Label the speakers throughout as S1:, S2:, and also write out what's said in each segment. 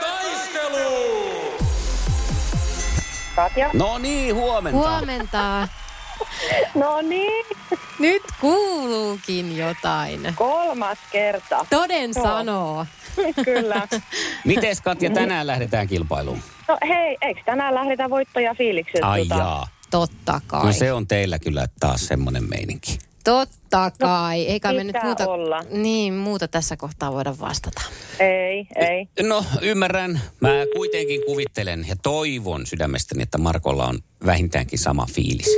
S1: taistelu!
S2: Katja.
S3: No niin, huomenta.
S4: Huomenta.
S2: No niin,
S4: Nyt kuuluukin jotain.
S2: kolmas kerta.
S4: Toden sanoo.
S2: Kyllä.
S3: Mites Katja, tänään lähdetään kilpailuun?
S2: No hei, eikö tänään lähdetä voittoja tuota? fiilikset?
S3: Ai jaa.
S4: Totta kai.
S3: No se on teillä kyllä taas semmonen meininki.
S4: Totta kai. Eikä me nyt
S2: No, pitää
S4: muuta,
S2: olla.
S4: Niin, muuta tässä kohtaa voida vastata.
S2: Ei, ei.
S3: No ymmärrän. Mä kuitenkin kuvittelen ja toivon sydämestäni, että Markolla on vähintäänkin sama fiilis.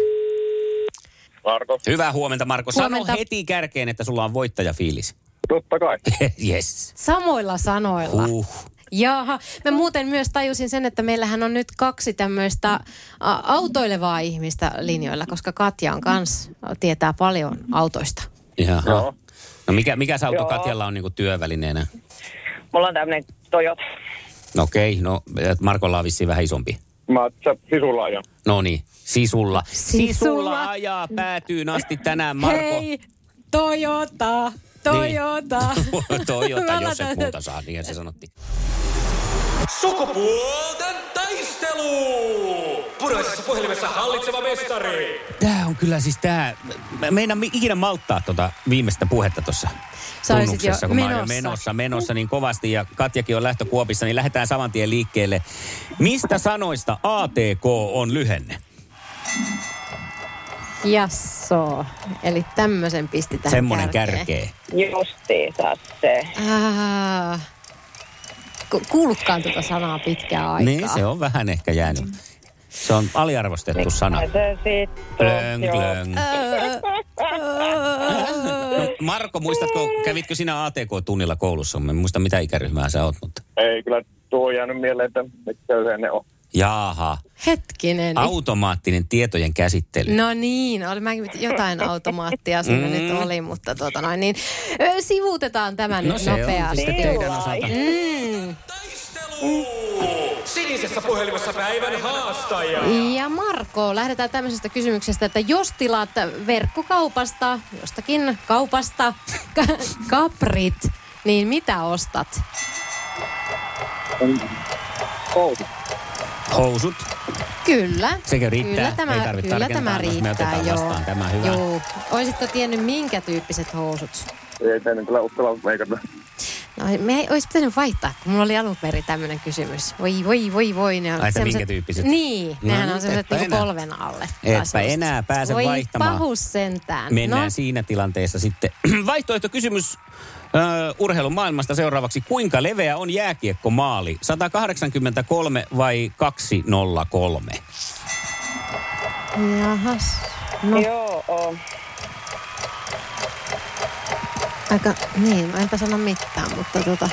S5: Marko,
S3: Hyvää huomenta Marko.
S4: Huomenta.
S3: Sano heti kärkeen, että sulla on voittajafiilis.
S5: totta kai.
S3: yes.
S4: Samoilla sanoilla.
S3: Huh.
S4: Jaha, mä muuten myös tajusin sen, että meillähän on nyt kaksi tämmöistä ä, autoilevaa ihmistä linjoilla, koska Katja on kans, ä, tietää paljon autoista.
S3: Jaha.
S5: Joo.
S3: No mikä, mikä se auto
S2: Joo.
S3: Katjalla on niinku työvälineenä?
S2: Mulla on tämmönen Toyota.
S3: No okei, okay, no et Markolla on vissiin vähän isompi.
S5: Mä sä sisulla ajan.
S3: No niin, sisulla.
S4: Sisulla.
S3: Sisulla ajaa päätyyn asti tänään Marko. Niin.
S4: Hei, Toyota, Toyota.
S3: Toyota,
S4: Mä
S3: jos et
S4: laitan-
S3: muuta saa, niin se sanottiin.
S1: Sukupuolten taistelu! Punaisessa puhelimessa hallitseva mestari!
S3: Tää on kyllä siis tää, mä meinaan mi- ikinä malttaa tota viimeistä puhetta tuossa
S4: Sä olisit jo
S3: kun mä olin
S4: menossa.
S3: menossa, menossa niin kovasti ja Katjakin on lähtökuopissa, niin lähdetään saman tien liikkeelle. Mistä sanoista ATK on lyhenne?
S4: Jasso. Eli tämmöisen pisti tähän
S3: Semmoinen
S4: kärkeen.
S3: kärkee.
S2: Justiinsa se.
S4: Ah, ku- kuullutkaan tuota sanaa pitkään aikaa.
S3: Niin, se on vähän ehkä jäänyt. Se on aliarvostettu sana.
S2: Ai Se sitten.
S3: Klöng,
S2: joo.
S3: klöng.
S4: Öö, öö.
S3: No, Marko, muistatko, kävitkö sinä ATK-tunnilla koulussa? Mä en muista, mitä ikäryhmää sä oot, mutta...
S5: Ei kyllä tuo on jäänyt mieleen, että mitkä usein ne on.
S3: Jaaha,
S4: Hetkinen.
S3: automaattinen tietojen käsittely.
S4: Niin. No niin, oli mäkin nyt jotain automaattia siinä
S3: Mm.
S4: nyt oli, mutta tuota noin niin. Ö, sivuutetaan tämä
S3: No
S4: nyt niin nopeasti.
S3: sitten siis teidän osalta.
S4: Mm.
S1: Taistelu! Sinisessä puhelimessa päivän haastaja!
S4: Ja Marko, lähdetään tämmöisestä kysymyksestä, että jos tilaat verkkokaupasta, jostakin kaupasta, ka- kaprit, niin mitä ostat?
S3: Housut,
S4: Kyllä.
S3: Sekö riittää?
S4: Kyllä tämä,
S3: Ei tarvitse
S4: kyllä
S3: tarkentaa,
S4: tämä
S3: jos me
S4: riittää,
S3: otetaan
S4: joo.
S3: vastaan. Tämä on hyvä.
S4: Joo. Olisitko tiennyt, minkä tyyppiset housut?
S5: Ei teidän kyllä uskalla meikata.
S4: No ei- me ei olisi pitänyt vaihtaa, kun mulla oli alun perin tämmöinen kysymys. Voi, voi, voi, voi. Ne on
S3: Ai, että
S4: semmoset-
S3: minkä tyyppiset?
S4: Niin,
S3: No
S4: nehän
S3: nyt
S4: on semmoiset
S3: etpä
S4: niinku
S3: enää.
S4: polven alle.
S3: Etpä
S4: Tai semmoset.
S3: enää pääse
S4: voi
S3: vaihtamaan.
S4: pahus sentään.
S3: mennään
S4: no,
S3: siinä tilanteessa sitten. Vaihtoehtokysymys ö, urheilun maailmasta seuraavaksi. Kuinka leveä on jääkiekko maali? 183 vai 203?
S4: jahas. No,
S2: Joo, oo.
S4: aika, niin, no enpä sano mitään, mutta tota,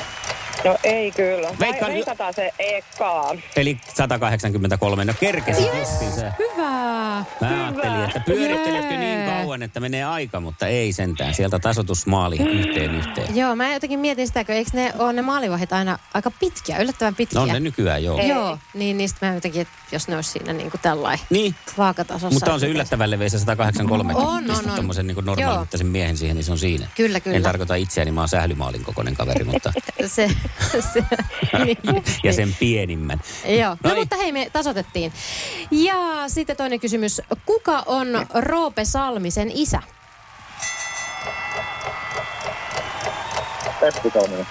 S2: no ei kyllä.
S3: Veikkaan-
S2: Veikkaan... Veikataan se ekaan.
S3: Eli 183. No kerkesi yes. se.
S4: hyvä.
S3: Mä ajattelin, että pyöritteletkö
S4: Jee.
S3: niin kauan, että menee aika, mutta ei sentään. Sieltä tasoitusmaali
S4: Mm.
S3: yhteen yhteen.
S4: Joo, mä jotenkin mietin sitä, kun eikö ne ole ne maalivahit aina aika pitkiä, yllättävän pitkiä.
S3: No on ne nykyään, joo.
S4: Ei. Joo, niin niistä mä jotenkin, että jos ne olisi siinä niin kuin tällainen
S3: Niin,
S4: vaakatasossa.
S3: Mutta on se
S4: että-
S3: yllättävän leveä se 183.
S4: On, on,
S3: Pistät
S4: on.
S3: tommosen niin
S4: Joo.
S3: normaalittaisen miehen siihen, niin se on siinä.
S4: Kyllä, kyllä.
S3: En tarkoita itseäni, mä oon sählymaalin kokoinen kaveri, mutta...
S4: Se, se, niin.
S3: ja sen pienimmän.
S4: Joo, no,
S3: niin.
S4: mutta hei, me tasotettiin. Ja sitten toinen kysymys. Kuka on Roope Salmisen isä?
S5: Peppu Salminen.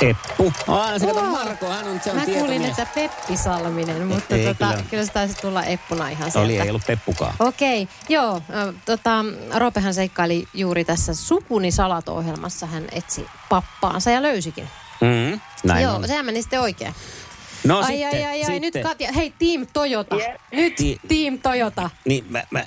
S3: Eppu. Aa, se kato
S4: Wow.
S3: Marko, hän on, se on
S4: Mä kuulin,
S3: tietomies. E-
S4: että Peppi Salminen, mutta
S3: Ei,
S4: tota,
S3: kyllä.
S4: kyllä. se taisi tulla Eppuna ihan sieltä.
S3: Oli, ei ollut Peppukaan.
S4: Okei, joo. ö, Tota, Roopehan seikkaili juuri tässä Sukunisalat-ohjelmassa. Hän etsi pappaansa ja löysikin.
S3: Mm, näin
S4: joo,
S3: on.
S4: sehän meni sitten oikein.
S3: No
S4: ai,
S3: sitten,
S4: ai, ai, ai,
S3: sitten.
S4: nyt Katja, hei Team Toyota.
S2: Jep.
S4: Nyt
S3: Ti-
S4: Team Toyota.
S3: Niin, mä, mä,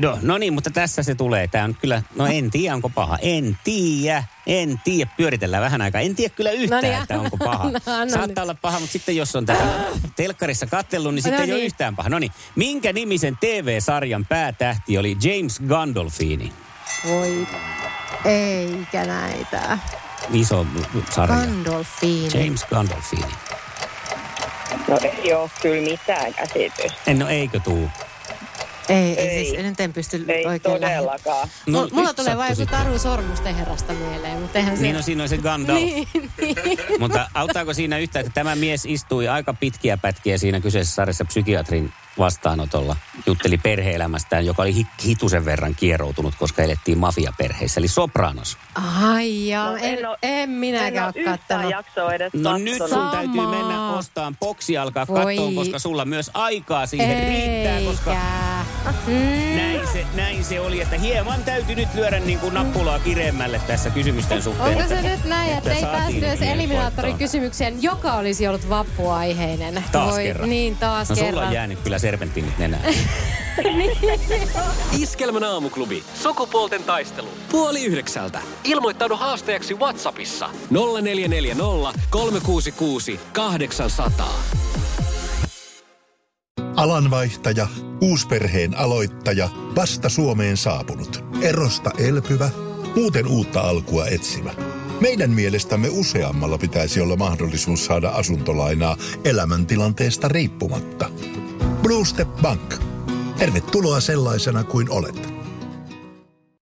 S3: no, no niin, mutta tässä se tulee. Tämä on kyllä, no en tiedä onko paha. En tiedä, en tiedä. Pyöritellään vähän aikaa. En tiedä kyllä yhtään,
S4: No niin,
S3: että
S4: anna-
S3: onko paha.
S4: anna- anna nyt.
S3: Saattaa olla paha, mutta sitten jos on täällä telkkarissa kattellut, niin sitten
S4: No
S3: ei ole
S4: niin.
S3: yhtään paha. No niin, minkä nimisen TV-sarjan päätähti oli James Gandolfini?
S4: Voi, eikä näitä.
S3: Iso sarja.
S4: Gandolfini.
S3: James Gandolfini.
S2: No ei ole kyllä mitään käsitystä.
S3: En, no eikö tuu?
S4: Ei, ei,
S2: Ei.
S4: siis nyt en pysty
S2: Ei
S4: oikein lähe-
S2: todellakaan.
S3: No,
S4: Mulla- Mulla
S3: nyt
S4: tulee vain
S3: sattui sitten.
S4: joku Taru Sormusten herrasta mieleen, mutta eihän se...
S3: Niin no siinä on se Gandalf.
S4: niin, niin.
S3: Mutta auttaako siinä yhtään, että tämä mies istui aika pitkiä pätkiä siinä kyseisessä sarjassa psykiatrin vastaanotolla. Jutteli perheelämästään, joka oli hi- hitusen verran kieroutunut, koska elettiin mafiaperheissä, eli Sopranos.
S4: Ai jaa, no, en,
S2: en oo-
S4: en minäkään
S2: en
S4: ole
S2: ole yhtään
S4: kattanut.
S2: jaksoa edes
S3: No nyt sun
S2: katsonut.
S3: täytyy
S4: Samaa.
S3: mennä ostaan boksi alkaa
S4: Voi.
S3: katsoa, koska sulla myös aikaa siihen riittää, koska
S4: Eikä. Mm.
S3: näin se, näin se oli, että hieman täytyy nyt lyödä niin kuin nappulaa kireemmälle tässä kysymysten suhteen.
S4: Onko se
S3: että-
S4: nyt näin, että ei
S3: saatiin
S4: päästy edes
S3: vielä voittoon.
S4: eliminaattorikysymykseen, joka olisi ollut vappuaiheinen?
S3: Taas kerran.
S4: Niin, taas
S3: No sulla
S4: kerran.
S3: on jäänyt kyllä serpentiinit nenään.
S1: Iskelmän aamuklubi. Sukupuolten taistelu. Puoli yhdeksältä. Ilmoittaudu haastajaksi Whatsappissa. 0440 366 800.
S6: Alanvaihtaja, uusperheen aloittaja, vasta Suomeen saapunut, erosta elpyvä, muuten uutta alkua etsimä. Meidän mielestämme useammalla pitäisi olla mahdollisuus saada asuntolainaa elämäntilanteesta riippumatta. Blue Step Bank. Tervetuloa sellaisena kuin olet.